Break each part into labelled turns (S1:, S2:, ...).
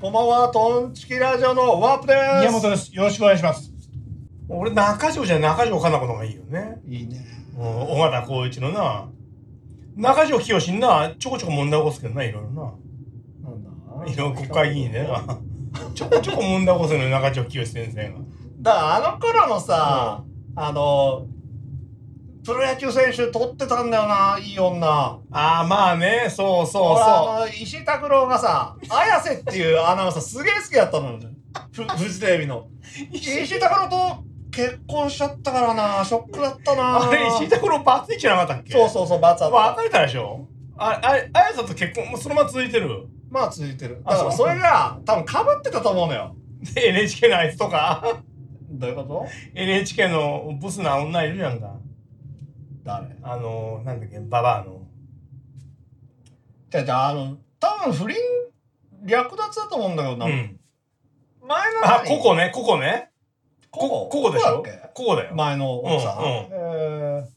S1: こんばんは、トンチキラジオのワープです。
S2: 宮本です。よろしくお願いします。
S1: 俺、中条じゃない中条かな子の方がいいよね。
S2: いいね。
S1: うん、尾形光一のな。中条清にな、ちょこちょこ問題起こすけどな、いろいろ
S2: なんだ。
S1: な。いろいろ国会議員でな。ちょこちょこ問題起こすのよ、中条清先生が。
S3: だからあの頃のさ、あのプロ野球選手取ってたんだよないい女
S1: ああ、まあね、そうそう
S3: 俺
S1: そ
S3: あの石井拓郎がさ綾瀬っていうアナウンサーすげえ好きだったのよフフジテレビの石井拓郎と結婚しちゃったからなショックだった
S1: う。
S3: な
S1: あれ、石井拓郎バツイチじゃなかったっけ
S3: そうそうそうバツあっ
S1: まあ
S3: た
S1: 別れたでしょあああやさと結婚もうそのまま続いてる
S3: まあ続いてる
S1: あ
S3: だ
S1: そ
S3: か
S1: う
S3: らそれが多分かぶってたと思うのよ
S1: で NHK のあいつとか
S3: どういうこと
S1: NHK のブスな女いるじゃんか
S3: 誰
S1: あのなんだっけババアの
S3: じゃじゃあの多分不倫略奪だと思うんだけどな、
S1: うん
S3: 前の
S1: あ
S3: 何
S1: ここねここねここここでし
S3: だ
S1: ょ
S3: っけ
S1: ここだよ、
S3: 前の奥さん、
S1: うんうん
S3: え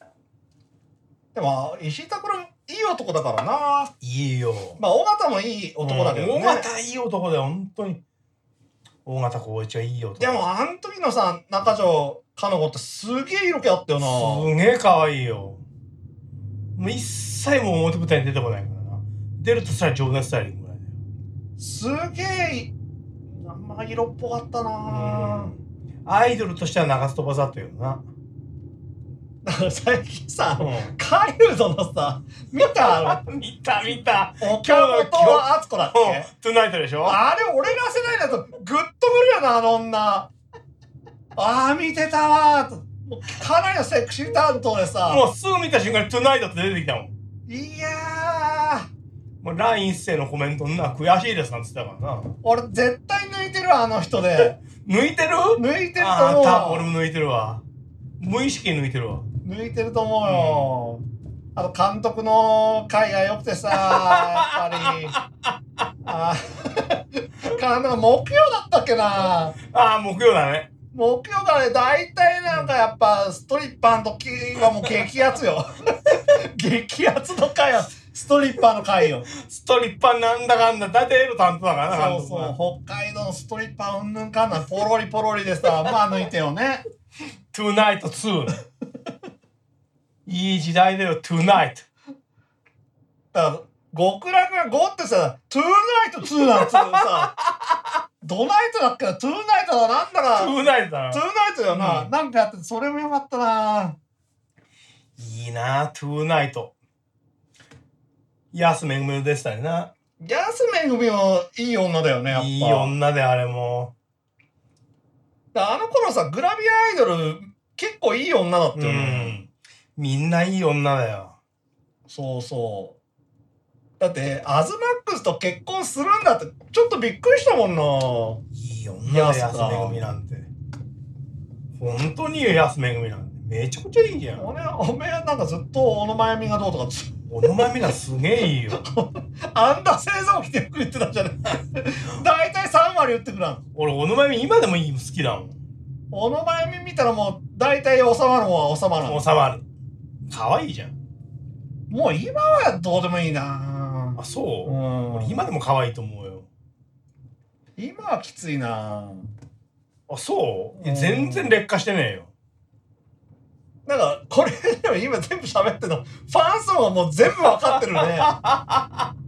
S3: ーでも石井拓郎いい男だからない
S1: いよ
S3: まあ尾形もいい男だけどね、
S1: うん大型いい男だよ本当に大型光一はいい男
S3: でもあの時のさ中条かの子ってすげえ色気あったよな
S1: すげえ可愛いよもう一切もう表舞台に出てこないからな出るとしたら情熱大陸ぐらいだよ
S3: すげえあんま色っぽかったな、
S1: アイドルとしては長津飛ばさったよな。
S3: だから最近さ、
S1: う
S3: カリウドのさ見たあ
S1: ん、見た見た。
S3: の岡本敦子だっ
S1: う
S3: け
S1: ん、トゥナイトでしょ
S3: あれ俺ら世代だとグッとくるよなあの女ああ見てたわーともうかなりのセクシー担当でさ
S1: もうすぐ見た瞬間にトゥナイトって出てきたもん。
S3: いや
S1: もうライン一世のコメントな悔しいですなんて言ってたからな。
S3: ー俺絶対抜いてるわあの人で
S1: 抜いてる
S3: 抜いてると
S1: あ
S3: 思
S1: あ、
S3: う
S1: 多分俺
S3: わ
S1: も抜いてるわ。無意識に抜いてるわ。
S3: 抜いてると思うよ、あと監督の会が良くてさやっぱりあー かなんか木曜だったっけな
S1: ああ、木曜だね。
S3: 木曜からね大体なんかやっぱストリッパーの時はもう激アツよ 激アツの回はストリッパーの回よ
S1: ストリッパーなんだかんだ、大体エロ担当だから
S3: そ
S1: な、
S3: うそう北海道のストリッパーうんぬんかんなんポロリポロリでさまあ抜いてよね
S1: トゥナイト2。いい時代だよ、トゥナイト。
S3: だから極楽が5ってさ「トゥーナイト2」なんつうのさドナイトだっけなトゥーナイトだなんだ
S1: ト
S3: か
S1: ゥナイトだな
S3: トゥー。ナイトだよな、
S1: うん
S3: なんかやっててそれもよかったない
S1: いなあトゥーナイト。安めぐみでしたよな。
S3: ジャスメン組もいい女だよねやっぱ
S1: いい女であれも。
S3: だあの頃さグラビアアイドル結構いい女だった
S1: う
S3: よね、
S1: ん。みんないい女だよ。
S3: そうそうだってアズマックスと結婚するんだってちょっとびっくりしたもんない
S1: い女だよ、
S3: 安
S1: 安
S3: か
S1: めぐみなんて。本当にいいよ安めぐみなんて。めちゃくちゃいいじゃん。
S3: 俺おめえなんかずっと小野真由美がどうとかつ
S1: おのまみなすげえいいよ。
S3: あんな製造機でよく言ってたじゃない 大体3割打ってくらん
S1: 俺、おのまみ今でもいい好きだもん。
S3: 小野真由美見たらもう大体収まるもんは収まらん
S1: 収まる。可愛いじゃん。
S3: もう今はどうでもいいな
S1: あ、そうう。
S3: ん
S1: 俺、今でも可愛いと思うよ。
S3: 今はきついな
S1: あ、そういや
S3: うん
S1: 全然劣化してねえよ。
S3: なんか、これでも今全部喋ってるの、ファン層はもう全部わかってるね。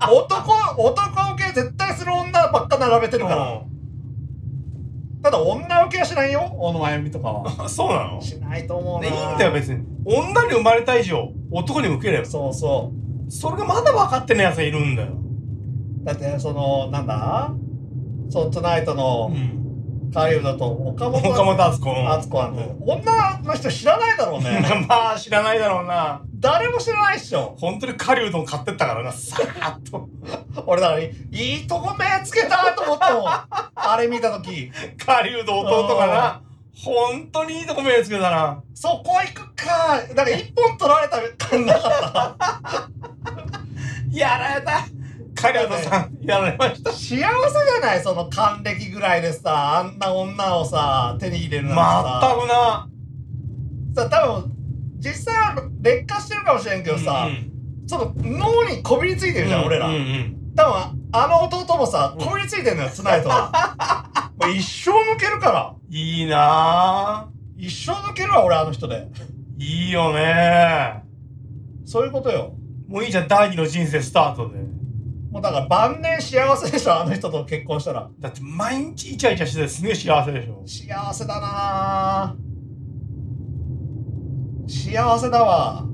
S3: 男、男受け絶対する女ばっか並べてるから。ただ女受けはしないよ、小野真由美とかは。
S1: うん。そうなの
S3: しないと思うな。
S1: ねいいんだよ。別に女に生まれた以上男に受ければ
S3: そうそ
S1: それがまだ分かってないやつがいるんだよ、
S3: う。だって、その、なんだそのトゥナイトの
S1: ん、
S3: カリウドと岡本
S1: 岡本敦子
S3: 敦子なんて、女の人知らないだろうね。
S1: うん まあ知らないだろうな
S3: 誰も知らないっしょ。
S1: 本当に狩人うどん買ってったからなさーっと
S3: 俺だから、いいとこ目つけたと思ったもん。あれ見たとき。
S1: 狩人うどん弟がな本当にいいとこ目つけたな
S3: そこ行くか。なんか一本取られた感なかっ
S1: やられた狩人うどんさんやられました
S3: た。幸せじゃないその還暦ぐらいでさ、あんな女をさ、手に入れる
S1: 全
S3: な
S1: く
S3: ん
S1: な
S3: てさ。さ、多分、実際は劣化してるかもしれんけどさ、
S1: うん
S3: その脳にこびりついてるじゃん、俺ら。
S1: うんうん
S3: 多分、あの弟もさ、
S1: うん
S3: こびりついてんのよ、つないとは。もう一生抜けるから。
S1: いいな
S3: 一生抜けるわ、俺、あの人で。
S1: ぁ。いいよね
S3: そういうことよ。
S1: もういいじゃん、第二の人生スタートで。
S3: もうだから晩年幸せでしょ、あの人と結婚したら。
S1: だって毎日イチャイチャしててすげえ幸せでしょ。
S3: 幸せだなぁ幸せだわ。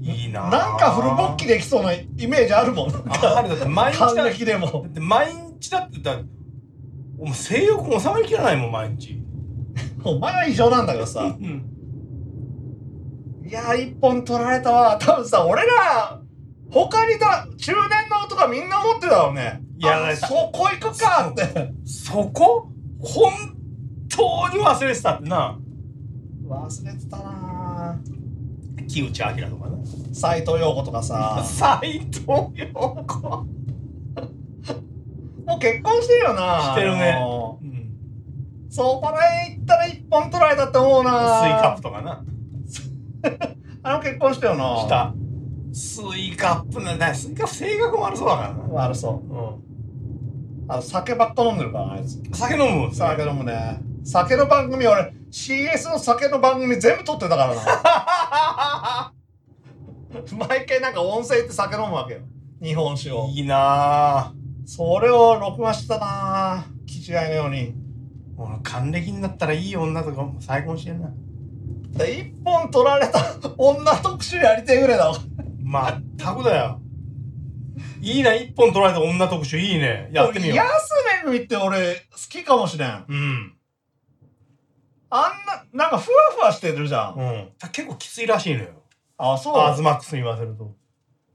S1: いいなぁ。
S3: なんかフル勃起できそうなイメージあるもん。なん
S1: あ
S3: か
S1: るだって毎日だ
S3: 還
S1: だっ
S3: 暦でも。
S1: て毎日だってだお前性欲も収まりきらないもん毎日
S3: お前は異常なんだけどさ。
S1: うん
S3: いやー、一本取られたわ。多分さ、俺ら、他にだ、中年の男はみんな思ってただろうね。
S1: やられ
S3: あ
S1: た
S3: そこ行くかって。
S1: そこ本当に忘れてたってな
S3: 忘れてたなぁ
S1: 木内明とかな
S3: 斎藤陽子とかさ。
S1: 斎藤陽子
S3: もう結婚してるよな
S1: してるね
S3: も
S1: うん
S3: うそこらへん行ったら一本取られたって思う
S1: スイ
S3: な
S1: カップとかな
S3: あの結婚したよな
S1: したスイカップなんだスイカップ性格も悪そうだからな
S3: 悪そう。
S1: う
S3: あの、酒ばっか飲んでるから、あいつ。
S1: ん酒飲むもんね
S3: 酒飲むね。酒の番組、俺、CS の酒の番組全部撮ってたからな。 毎回なんか音声って酒飲むわけよ。日本酒を。
S1: いいなぁ
S3: それを録画してたなぁ。気違いのように。
S1: 俺還暦になったらいい女とかも再婚してんな
S3: で一本取られた 女特集やりてえぐらいだわ。
S1: まったくだよ。いいな、一本取られた女特集、いいね。やってみよ
S3: 安めぐみって俺、好きかもしれん。あん
S1: う。うん。
S3: な、なんかふわふわしてるじゃん。
S1: うん。だ結構きついらしいのよ。
S3: あ、そう。
S1: アーズマックスに言わせると。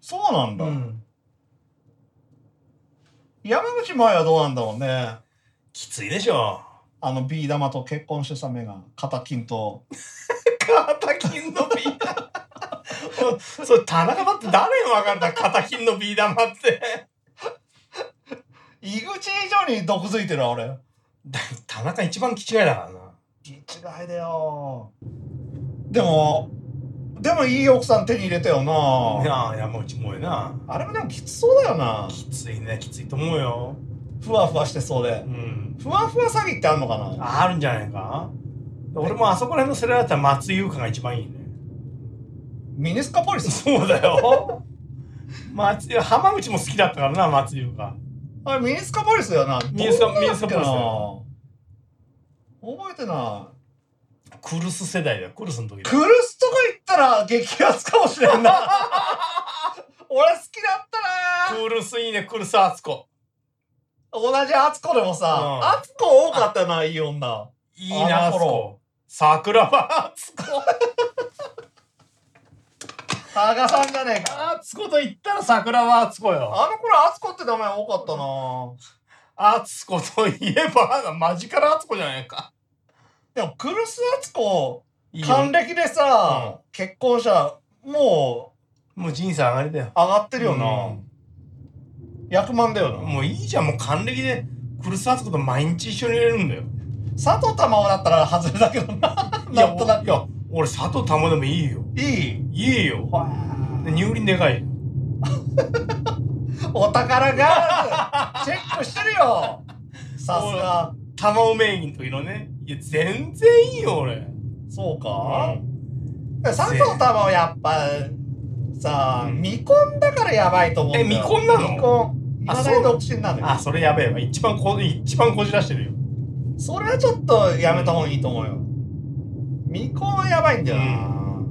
S3: そうなんだ。
S1: ん。
S3: 山口前はどうなんだろうね。
S1: きついでしょ。
S3: あのビー玉と結婚してた目が肩金と
S1: 肩金のビー玉。 それ、田中だって誰に分かるんだ、肩金のビー玉って。
S3: 井口以上に毒づいてるわ俺
S1: だ田中一番気違いだからな。
S3: 気違いだよでもでもいい奥さん手に入れたよ
S1: い
S3: な
S1: や山内もえな。
S3: あれもでもきつそうだよな
S1: きついね、きついと思うよ。
S3: ふわふわしてそうで
S1: うん。
S3: ふわふわ詐欺ってあんのかな
S1: あるんじゃないか俺もあそこら辺の世代だったら松井優香が一番いいね。
S3: ミニスカポリス
S1: そうだよ。松井浜口も好きだったからな、松井が。
S3: あれミニスカポリスだよな
S1: ミニスカ
S3: どんなだっけな
S1: ミニスカポリスだ
S3: 覚えてない
S1: クルス世代だよ、クルスの時だ
S3: クルスとか行ったら激アツかもしれんな 俺好きだったな
S1: クルスいいね、クルス敦子。
S3: 同じ敦子でもさ、
S1: うん
S3: 敦子多かったよな、いい女。
S1: いいな、
S3: あの
S1: 敦
S3: 頃
S1: 子。桜は敦子。
S3: 加賀さんじゃねえか。
S1: 敦子と言ったら桜は敦子よ。
S3: あの頃敦子って名前多かったな
S1: 敦子といえば、マジから敦子じゃないか。
S3: でも、クルス敦子、
S1: いいよ
S3: 還暦でさ、結婚したら、も
S1: もう人生上がりだよ
S3: う、。上がってるよな。
S1: う
S3: 役満だよな。
S1: んもういいじゃん、もう還暦で、クルス敦子と毎日一緒にいれるんだよ。
S3: 佐藤珠緒だったら外れだけどな。なんとなく。
S1: いや、俺佐藤珠緒でもいいよ。
S3: いい。
S1: いいよ。で入輪でかいよ。
S3: お宝が、チェックしてるよ。さすが。
S1: 玉尾名義の時のね。いや、全然いいよ、俺。
S3: そうか。
S1: あ
S3: 佐藤珠緒やっぱさあ、
S1: うん
S3: 未婚だからやばいと思うんだよ
S1: え未婚なの
S3: 未婚い
S1: あ
S3: ま
S1: そう
S3: だに独身なのよ
S1: あ、それやべえわ。一番こ、一番こじらしてるよ。
S3: それはちょっとやめた方がいいと思うよ未婚はやばいんだよな、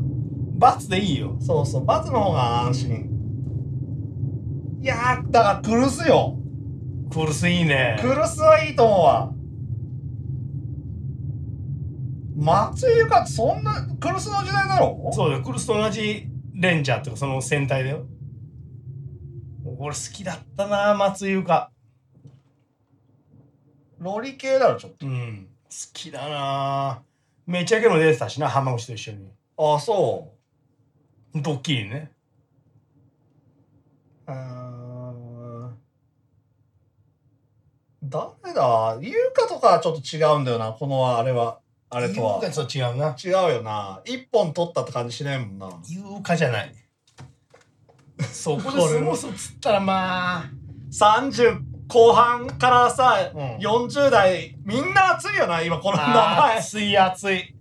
S1: 罰でいいよ。
S3: そうそうバツの方が安心いやーだからクルスよ
S1: クールスいい ね。
S3: クルスはいいと思うわ松井ゆかってそんなクルスの時代だろ
S1: そうだよ。クールスと同じレンジャーっていうか、その戦隊だよ。俺好きだったな、松井優香。
S3: ロリ系だろちょっ
S1: うん。好きだな。めちゃけも出てたしな、浜口と一緒に。
S3: とあそう
S1: ドッキリね。
S3: うーん誰だ優香とかはちょっと違うんだよな、このあれは。あ
S1: あ
S3: れとは。
S1: 優香とは違うな。
S3: 違うよな。一本取ったって感じしないもんな。
S1: 優香じゃない。そこで過ごすっつったらまあ、
S3: 30後半からさ、
S1: うん
S3: 40代、みんな熱いよな、今この名
S1: あー
S3: 前。
S1: 熱い熱い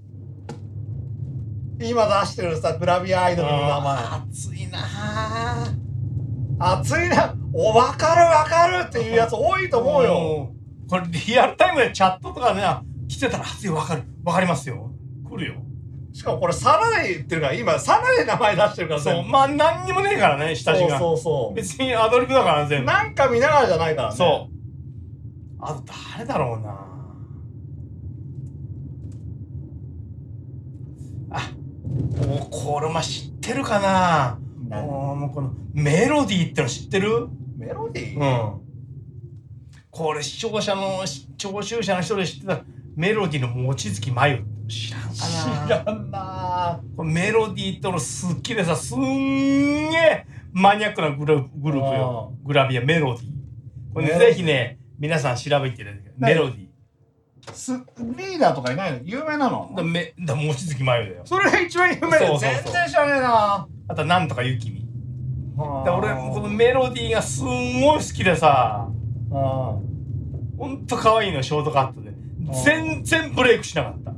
S3: 今出してるさ、グラビアアイドルの名前。
S1: あー熱いなあ
S3: 熱いな、お、わかるわかるっていうやつ多いと思うよ。
S1: うんこれリアルタイムでチャットとかね来てたら熱いわかるわかりますよ来るよ
S3: しかもこれサラデっていうか、今サラデ名前出してるから
S1: そう
S3: 全部
S1: まあ何にもねえからね下地が
S3: そうそう
S1: 別にアドリブだから
S3: そう。
S1: 全部
S3: なんか見ながらじゃないからね。
S1: そうあと誰だろうなあおこれまあ知ってるかな
S2: 何
S1: おもうこのメロディーっての知ってる
S3: メロディー、
S1: うんこれ視聴者の視聴衆者の人で知ってたメロディーの望月真由知らんかな
S3: 知らんな
S1: これメロディーとのスッキリでさすんげえマニアックなグループグループよグラビアメロディーこれ、ね、
S3: メロディー
S1: ぜひね皆さん調べていただいて
S3: はい
S1: メロディー
S3: スリーダーとかいないの有名なの
S1: だめだ望月真由だよ
S3: それが一番有名で
S1: そうそうそう
S3: 全然知らねえな
S1: あとなんとかゆきみだ俺この
S3: の
S1: メロディーがすんごい好きでさほんと可愛いのショートカットで全然ブレイクしなかった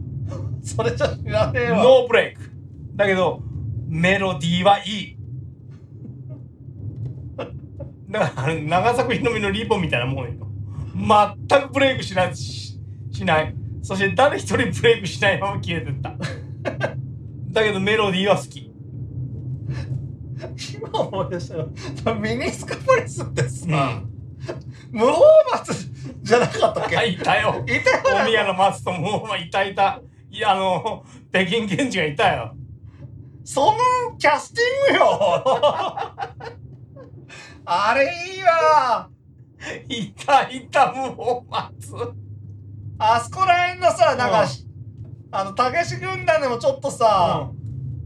S3: それじゃ知らねえわ
S1: ノーブレイクだけどメロディーはいいだから長作ひのみのリボンみたいなもんよ全くブレイクしないししないそして誰一人ブレイクしないまま消えてっただけどメロディーは好き
S3: 今思い出したよミニスカポリスって
S1: うん
S3: さ、無法罰じゃなかったっけ、
S1: あいたよ
S3: いたよ
S1: 大宮の松ともういたいたいやあの北京検事がいたよ
S3: そのキャスティング よあれいいわ
S1: いたいたもう松
S3: あそこらへんのさなんか、
S1: うん
S3: あのたけし軍団でもちょっとさ、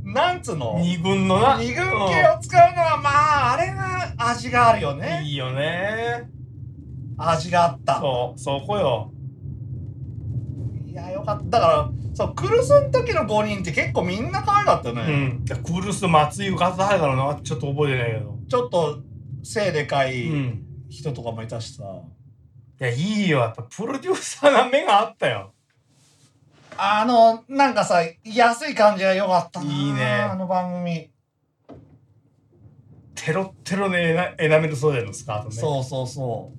S3: なんつうの
S1: 二軍のな
S3: 二軍系を使うのはまああれが味があるよ
S1: うんい
S3: ね
S1: いよね
S3: 味があった
S1: そうそこよ
S3: いやよかっただからそうクルスの時の5人って結構みんな可愛かったよ
S1: う
S3: ね、
S1: ん、クールス松井勝原だろうなちょっと覚えてないけど、
S3: ちょっと背でか
S1: う
S3: い
S1: ん、
S3: 人とかもいたしさ、
S1: いやいいよやっぱプロデューサーな目があったよ
S3: あのなんかさ安い感じが良かったない
S1: いね
S3: あの番組、
S1: テロッテロのエナエナメルソーデのスカートね
S3: そうそうそう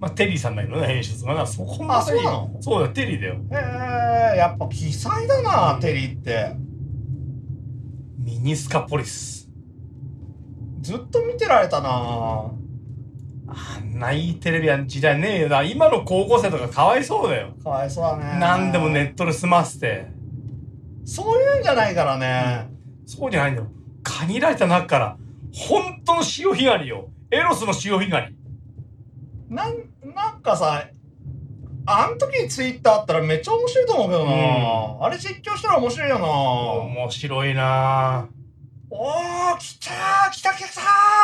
S1: まあ、テリーさんだけどね演出がなそこま
S3: あ
S1: で
S3: そうなの
S1: そうだよテリーだよ
S3: へえやっぱ奇才だな、テリーって
S1: ミニスカポリス
S3: ずっと見てられたな
S1: あんないいテレビや時代ねえよな今の高校生とかかわいそうだよ
S3: かわいそうだね
S1: 何でもネットで済ませて
S3: そういうんじゃないからね、
S1: そうじゃないんだよ限られた中から本当の潮干狩りよエロスの潮干狩り
S3: なんなんかさあん時にツイッターあったらめっちゃ面白いと思うけどな、あれ実況したら面白いよな、
S1: 面白いなあ
S3: おー来たー来た来た来た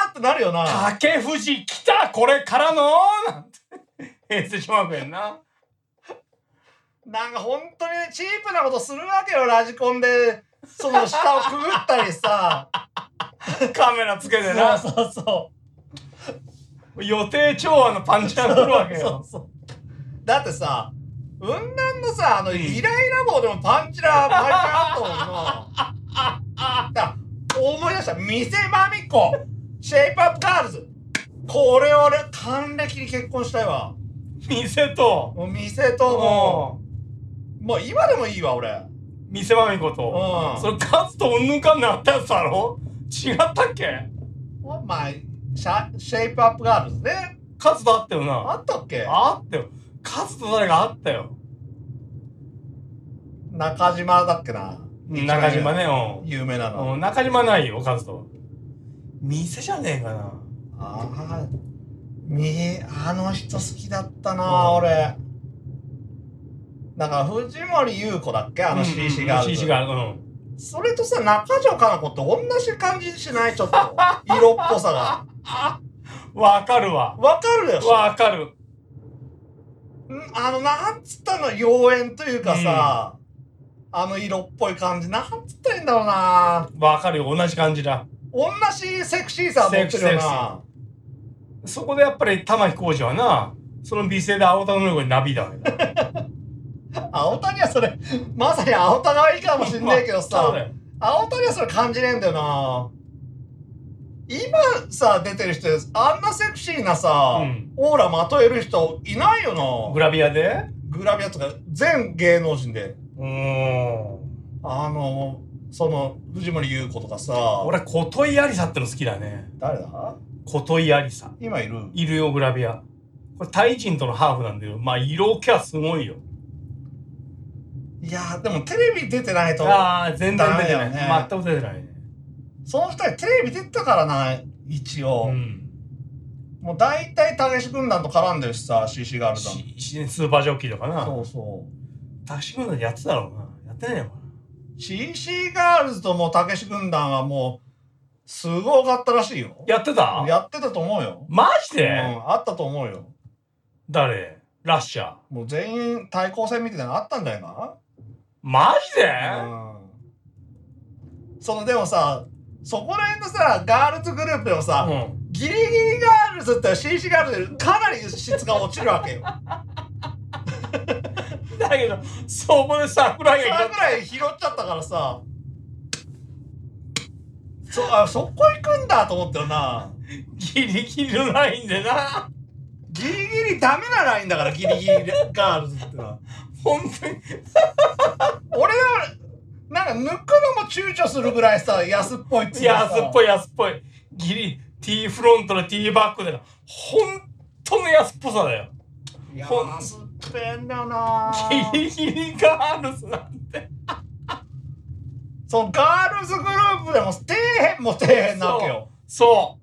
S3: ーってなるよな
S1: 竹藤来たこれからのなんて平成小学園な
S3: なんか本当にチープなことするわけよラジコンでその下をくぐったりさ
S1: カメラつけて
S3: そう
S1: な
S3: そうそ
S1: 予定調和のパンチャン来るわ
S3: う
S1: け
S3: そう
S1: よ
S3: そうだってさ雲南のさあのイライラ棒でもパンチラパンチラあったもんなだから思い出した店まみこシェイプアップガールズこれ俺還暦に結婚したいわ
S1: 店と
S3: もう店とも
S1: も
S3: うもう今でもいいわ俺
S1: う店まみこと
S3: うん
S1: それカズとうんぬんかんぬんあったやつだろ違ったっけ
S3: まあシャシェイプアップガールズね
S1: カズとあったよな
S3: あったっけ
S1: あったよカズと誰があったよ
S3: 中島だっけな
S1: 中島ねうん
S3: 有名なの
S1: うん中島ないよカズと店じゃねえかな
S3: ああみあの人好きだった
S1: う
S3: なん俺なんか藤森優子だっけあの CC があ
S1: うんうん CC
S3: る
S1: がうん
S3: それとさ中条かな子って同じ感じしないちょ っと色っぽさが
S1: わかるわ
S3: わかるでしょ
S1: わかる
S3: んあのなんつったの妖艶というかさ、あの色っぽい感じなんつったらいいんだろうな
S1: わかるよ同じ感じだ
S3: 同じセクシーさ持ってるよ
S1: セクシーセ
S3: な
S1: そこでやっぱり玉置浩二はなその美声で青田の横に涙を
S3: 青谷はそれまさに青谷はいいかもしんねえけど
S1: まあ
S3: さ
S1: そうだよ
S3: 青谷はそれ感じねえんだよな今さ出てる人あんなセクシーなさ、
S1: うん
S3: オーラまとえる人いないよな
S1: グラビアで
S3: グラビアとか全芸能人で
S1: うーん
S3: あのその藤森優子とかさ
S1: 俺琴井ありさっての好きだね
S3: 誰だ
S1: 琴井ありさ
S3: 今いる
S1: いるよグラビアこれタイ人とのハーフなんだけどまあ色気はすごいよ
S3: いやーでもテレビ出てないと
S1: ああ全然出てな
S3: ダ
S1: い、
S3: メだよね
S1: 全く出てないね
S3: その二人テレビ出てたからな一応、
S1: うん
S3: もう大体たけし軍団と絡んでるしさ CC ガールズ
S1: ししスーパージョッキーとか
S3: 団
S1: な
S3: そうそう
S1: タシ君なんてやってたろうなやってないのか
S3: CC ガールズともうたけし軍団はもうすごかったらしいよ
S1: なやってた
S3: やってたと思うよ、
S1: マジ
S3: う
S1: で、
S3: ん、あったと思うよ
S1: 誰ラッシャー
S3: もう全員対抗戦みたいなのあったんじゃないか
S1: マジで、
S3: な、うん、そのでもさそこら辺のさガールズグループでもさ、
S1: うん
S3: ギリギリガールズって CC ガールズよりかなり質が落ちるわ けよ
S1: だけどそこで桜
S3: そ
S1: 井
S3: れ
S1: が
S3: ぐらい拾っちゃったからさそあそこ行くんだと思ったよな
S1: ギリギリのラインでな
S3: ギリギリダメなラインだからギリギリガールズってのは
S1: 本当に
S3: 俺はなんか抜くのも躊躇するぐらいさ安っぽいっつうかさ
S1: 安っぽい安っぽいギリ T フロントの T バックでの本当の安っぽさだよ
S3: いや安っぺえんだよな
S1: ギリギリガールズなんて
S3: そのガールズグループでも底辺も底辺なわけよ
S1: そ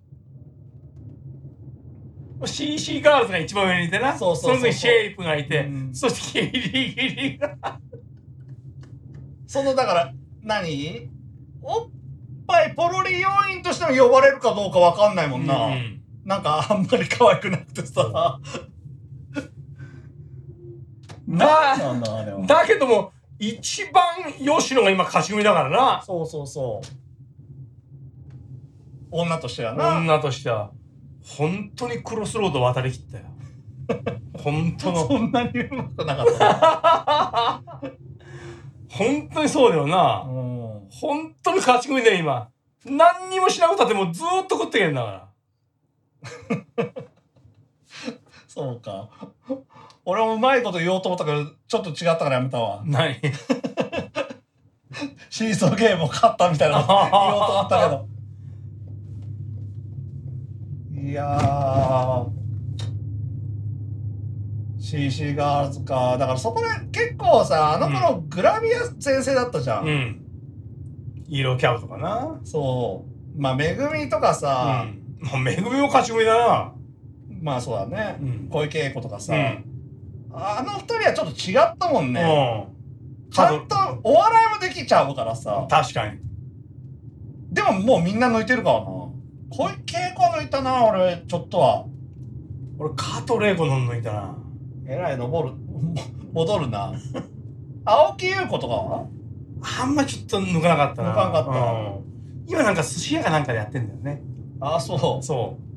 S1: う。CC ガールズが一番上にいてな。
S3: そうそうそうそう
S1: の次シェイプがいて、
S3: うん
S1: そしてギリギリが。
S3: そのだから何おっぱいポロリ要員としても呼ばれるかどうかわかんないもんな、
S1: うん
S3: なんかあんまり可愛くなくてさ、
S1: だ
S3: なんだあれは
S1: だけども、一番吉野が今勝ち組だからな。
S3: そうそうそう女としてはな
S1: 女としては。本当にクロスロード渡りき ったよ。本当の。
S3: そんなにうまくなかった。
S1: 本当に そうだよな。
S3: うん。
S1: 本当に勝ち組だよ、今。何にもしなくたってもうずーっと食ってけんだから。
S3: そうか。俺もうまいこと言おうと思ったけど、ちょっと違ったからやめたわ。
S1: 何
S3: シーソーゲームを勝ったみたいな こと言おうと思ったけど。いやー。CC ガールズか。だからそこで結構さ、あの頃グラビア先生だったじゃん。
S1: うん。色キャブとかな。
S3: そう。まあ、めぐみとかさ、
S1: うん。もうめぐみも勝ち組だな。
S3: まあそうだね。
S1: うん
S3: 小池栄子とかさ、
S1: うん。
S3: あの二人はちょっと違ったもんね。ちゃ
S1: うん
S3: とお笑いもできちゃうからさ
S1: ん。。確かに。
S3: でももうみんな抜いてるからな。小池栄子抜いたな、俺、ちょっとは。
S1: 俺、加藤玲子の抜いたな。
S3: えらい登る、 戻るな。青木優子とかは
S1: あんまちょっと抜かなかったな。
S3: 抜かなかった
S1: うん今なんか寿司屋かなんかでやってんだよね。
S3: ああ、そ。
S1: そう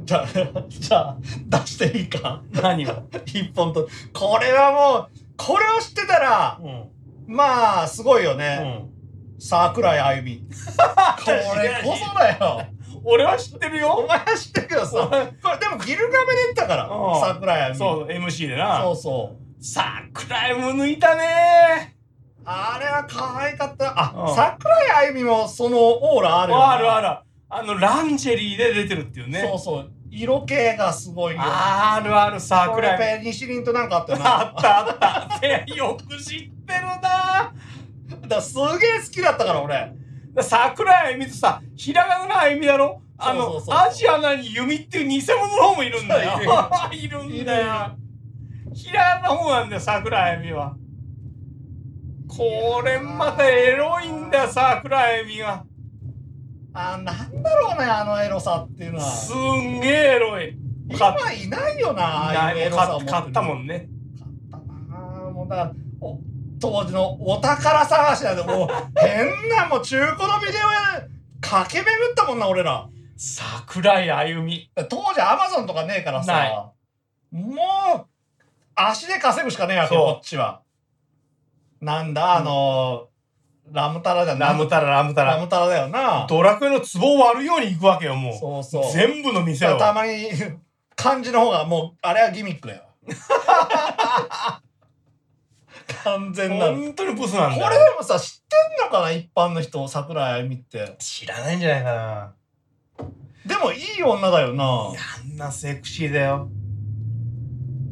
S3: じゃあ、じゃあ、出していいか。
S1: う。何を。
S3: 一本と。これはもう、これを知ってたら、
S1: うん。うん。
S3: まあ、すごいよね。桜井あゆ み。これこそだよ。
S1: 俺は知ってる
S3: お
S1: よ。
S3: 前は知ってるけどさ。これでも、ギルガメでったから
S1: うん、
S3: 桜井あゆみ。
S1: そう、MC で
S3: そ
S1: な
S3: う。そう。
S1: 桜井も抜いたね
S3: あれは可愛かった。あ、
S1: うん
S3: 桜井あゆみもそのオーラあ
S1: あ
S3: る
S1: る
S3: よね、
S1: あるある。あの、ランジェリーで出てるっていうね。
S3: そうそう。色気がすごいよ。
S1: あるある
S3: こ
S1: 桜井
S3: れペ西林となんかあったよな。
S1: あったあった。いやよく知ってるな。
S3: だからすげえ好きだったから俺。
S1: 桜井あゆみとさ、ひらがなのあゆみだろあの、
S3: そうそうそう
S1: アジアなに弓っていう偽物の方もいるんだよ。 いるんだよ。ひらがなの方なんだよ、桜井あゆみは。これまたエロいんだよ、桜井あゆみが。
S3: あ、なんだろうね、あのエロさっていうのは。
S1: すんげえエロい。買っ
S3: 今いないよな、ああいう
S1: 買
S3: エ
S1: っ
S3: ロさを持
S1: 買ったも
S3: ん。
S1: んね。
S3: 買ったなあもうだからお当時のお宝 探しなんてもう変なもう中古のビデオ屋駆け巡ったもんな俺ら
S1: 桜井歩み
S3: 当時アマゾンとかねえから
S1: な
S3: さ、もう、足で稼ぐしかねえわけ
S1: そう
S3: よ、こっちは。なんだ、あの、ラムタラじゃん
S1: ラムタララムタ
S3: ラ
S1: ラ
S3: ムタラだよな。
S1: ドラクエの壺を割るように行くわけよも
S3: そうそうう。
S1: 全部の店を
S3: たまに、漢字の方がもう、あれはギミックだよ。 完全なる。
S1: 本当にブスな
S3: こ
S1: ん
S3: れ
S1: だ
S3: で
S1: よ
S3: もさ、知ってんのかな一般の人、桜井あゆみって。
S1: 知らないんじゃないかな
S3: でも、いい女だよない
S1: や。あんなセクシーだよ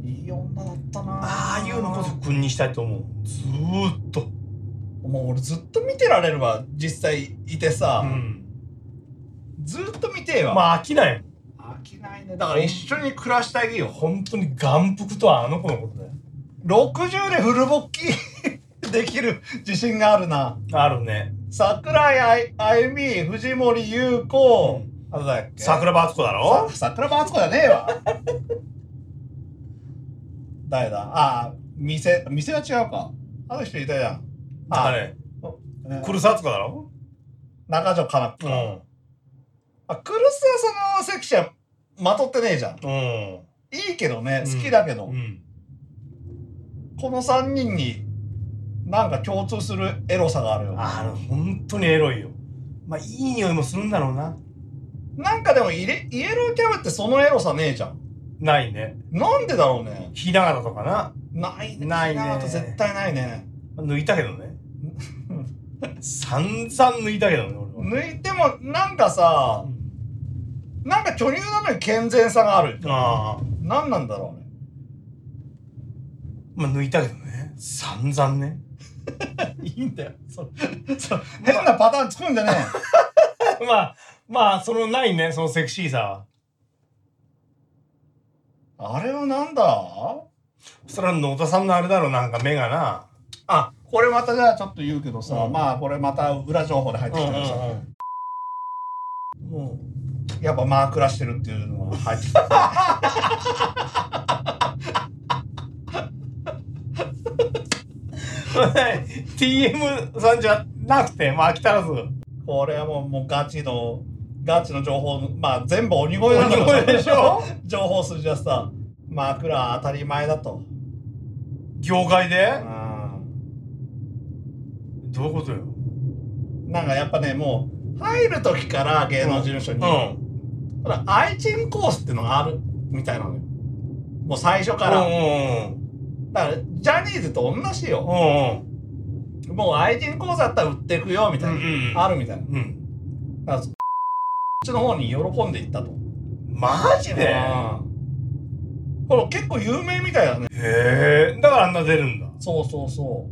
S3: いい女だったな
S1: ああいうのこそ君にしたいと思うずーっと
S3: もう俺ずっと見てられるわ実際いてさ、
S1: うん
S3: ずっと見てえわ、
S1: まあ飽きないもん
S3: あ、飽きないねだから一緒に暮らしてあげよ
S1: 本当に眼福とはあの子のことだよ
S3: う60でフルボッキ できる自信があるな
S1: あるね
S3: 桜井あいあゆみ藤森優子、あとだっけ
S1: 桜庭敦子だろ
S3: さ桜庭敦子じゃねえ わ誰だああ店店は違うかあの人いたじゃん
S1: あれ
S3: ね
S1: 来るさ敦子だろ
S3: 中条かな子
S1: うん
S3: あクルスはそのセクシーはまとってねえじゃん
S1: うん
S3: いいけどね好きだけど、
S1: うん
S3: この3人になんか共通するエロさがあるよ
S1: あの本当にエロいよまあいい匂いもするんだろうな
S3: なんかでもイレイエローキャブってそのエロさねえじゃん
S1: ないね
S3: なんでだろうね
S1: ひな形とかな
S3: ないね
S1: ないね
S3: んと絶対ないね
S1: 抜いたけど ね散々抜いたけどね俺は
S3: 抜いてもなんかさなんか巨乳なのに健全さがある
S1: ああ
S3: 何なんだろうね
S1: まあ抜いたけどね散々ね いいんだよそ
S3: 変なパターン作るんじゃね
S1: まあまあそのないねそのセクシーさ
S3: え
S1: は
S3: あれはなんだ
S1: それは野田さんのあれだろうなんか目がな
S3: あこれまたじゃあちょっと言うけどさ、
S1: うん
S3: まあこれまた裏情報で入ってきてるさ、
S1: も
S3: やっぱマークらしてるっていうのが入ってきた。
S1: う TM さんじゃなくてまあ飽き足らず
S3: これはもうもうガチのガチの情報まあ全部鬼越
S1: 鬼
S3: なんだ
S1: 越でしょ
S3: 情報筋はさマークら当たり前だと。
S1: 業界
S3: う
S1: で
S3: ん
S1: どういうことよ
S3: なんかやっぱねもう入る時から芸能事務所に、
S1: うん
S3: ほら愛人コースっていうのがあるみたいなのよ。もう最初から、
S1: うん
S3: だからジャニーズと同じ
S1: うん
S3: よ。
S1: うん
S3: もう愛人コースだったら売ってくよみたいな、
S1: うんうん
S3: あるみたいな。
S1: うんうん
S3: だからそこっちの方に喜んでいったと。
S1: マジで
S3: うんこれ結構有名みたいだね
S1: へえだからあんな出るんだ
S3: そうそうそ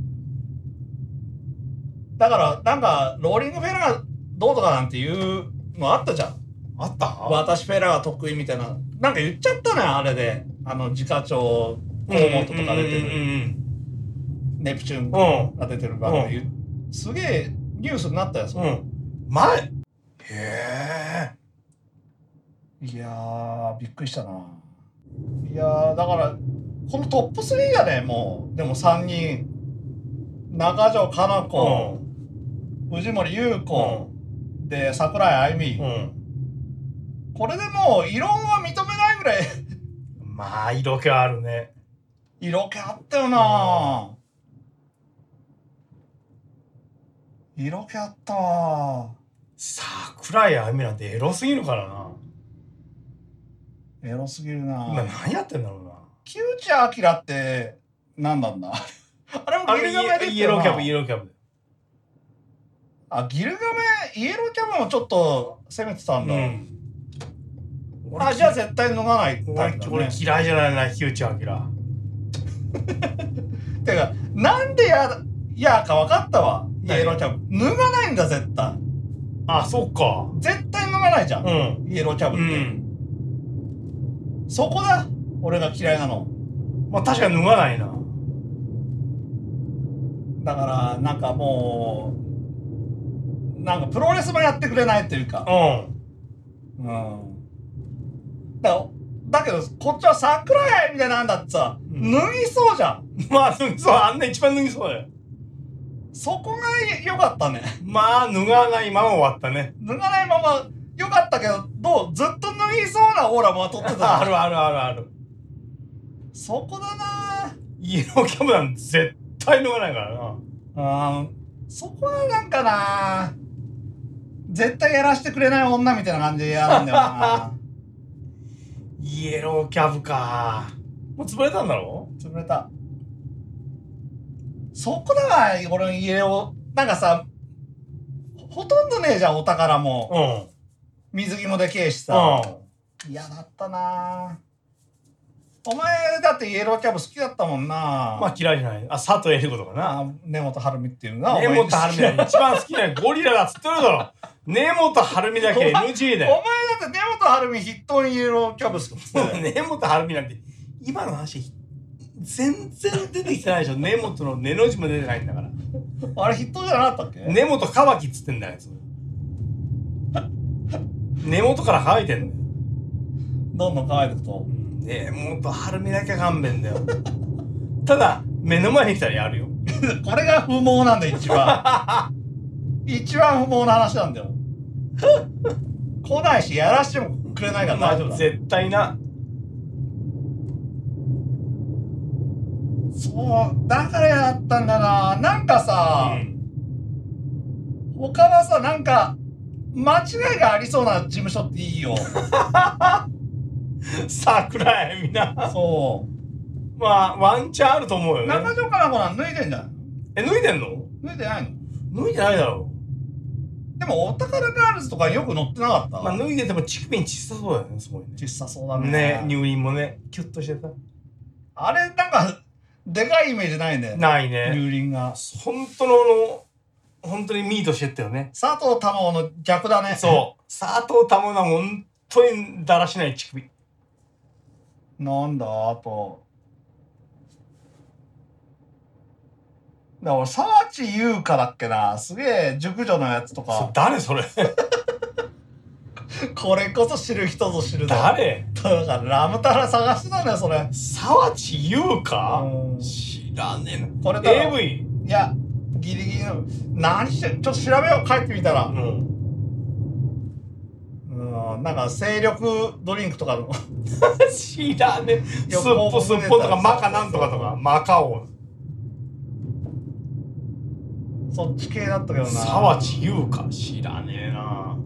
S3: うだからなんかローリングフェラがどうとかなんていうのあったじゃん
S1: あった
S3: 私フェラが得意みたいななんか言っちゃったねあれであの自家長河本とか出て
S1: うん
S3: るネプチューン
S1: うんうんうん
S3: が出てる番組、すげえニュースになったやつ、
S1: うん前へえ
S3: いやーびっくりしたないやーだからこのトップ3がねもうでも3人中条かな子、藤森優子、で桜井あゆみ、
S1: うん
S3: これでもう異論は認めないぐらい
S1: まあ色気はあるね
S3: 色気あったよな、色気あったわ
S1: 桜井あみなんてエロすぎるからな
S3: エロすぎる
S1: 今
S3: な
S1: 何やってんだろうな
S3: 木内晶って何なんだ あれも
S1: あ
S3: ギ
S1: れ
S3: ルガメ出てるな
S1: イエローキャブイエローキャブ
S3: あ、ギルガメ、イエローキャブもちょっと攻めてたんだ。
S1: 俺
S3: あ、じゃあ絶対脱がないタイプ
S1: 俺
S3: だ、ね。
S1: 俺嫌いじゃないな木内明
S3: てか、なんでや、やか分かったわ。イ
S1: 何
S3: エローキャブ。脱がないんだ、絶対。
S1: あそっか
S3: 絶対脱がないじゃん。
S1: うん
S3: イエローキャブ
S1: う
S3: って。
S1: ん
S3: そこだ。俺が嫌いなの。
S1: まあ確かに脱がないな
S3: だから、なんかもう、なんかプロレスもやってくれないというか。う
S1: うん
S3: ん。だだけど、こっちは桜井みたいなんだってさ、
S1: うん
S3: 脱ぎそうじゃん。
S1: まあ脱ぎそうあんな一番脱ぎそうだよ
S3: そこが良かったね。
S1: まあ脱がないまま終わったね
S3: 脱がないまま良かったけど、どうずっと脱ぎそうなオーラまとってた
S1: あ
S3: な。
S1: るあるあるある
S3: そこだな
S1: イエローキャブなんて絶対脱がないからな
S3: あーそこはなんかな絶対やらせてくれない女みたいな感じでやるんだよ な
S1: イエローキャブかもう潰れたんだろ
S3: 潰れたそこだわ俺の家をなんかさほとんどねえじゃんお宝も
S1: うんうん
S3: 水着もでけえしさ
S1: あ
S3: 嫌だったなお前だってイエローキャブ好きだったもんな
S1: まあ嫌いじゃないあ佐藤恵理子とかな
S3: あ根本晴美っていうな
S1: 根本晴美だけ一番好きなゴリラだっつってるだろ根本晴美だけ NG
S3: お
S1: だ
S3: 前
S1: よ
S3: だって根本晴美筆頭にイエローキャブ好きだったよ
S1: 根本晴美なんて今の話全然出てきてないでしょ根本の根の字も出てないんだから
S3: あれ筆頭じゃなかったっけ
S1: 根本乾きっつってんだよあいつ根元から乾いてんだよ
S3: どんどん乾いてくと
S1: 根本晴美だけ勘弁だよ ただ目の前に来たらやるよ
S3: これが不毛なんだよ一番 一番不毛な話なんだよ来ないしやらしてもくれないから
S1: ま
S3: 大
S1: あ
S3: 丈夫だ
S1: 絶対な
S3: そうだからやったんだななんかさ、
S1: うん
S3: 他はさなんか間違いがありそうな事務所ってい いよ
S1: 桜井みんな
S3: そ
S1: まあワンチャンあると思う
S3: う
S1: よね
S3: 中条かな子なん脱いでんじゃ
S1: え脱いでんの
S3: ない脱いでないの
S1: 脱いでないだろ
S3: でもお宝ガールズとかよく乗ってなかった、
S1: まあ脱いでても乳首に小さそうだよねすごいね
S3: 小さそうだ
S1: ね
S3: ね
S1: 入院もねキュッとしてた
S3: あれなんかでかいイメージないね
S1: ないね
S3: 乳輪が
S1: 本当のあの本当にミートしてったよね
S3: 佐藤珠緒の逆だね
S1: そう佐藤たもな本当にだらしない乳首
S3: なんだあと。だから、サーチ優香だっけな。すげえ、熟女のやつと
S1: そ
S3: か。
S1: 誰それ
S3: これこそ知る人ぞ知るだ。
S1: 誰
S3: だから、ラムタラ探してたんだよ、それ。
S1: 沢地優香
S3: うん
S1: 知らね
S3: これ
S1: え
S3: だ
S1: な
S3: ろ
S1: AV
S3: いや、ギリギリの。何して、ちょっと調べよう、帰ってみたら。
S1: うん
S3: うん、なんか、精力ドリンクとかの。
S1: 知らねえ
S3: い
S1: す
S3: や
S1: っぽすっぽとか
S3: もう
S1: マカなんとかとかマカオ
S3: そっち系だったけどな。
S1: 沢地優香知らねえな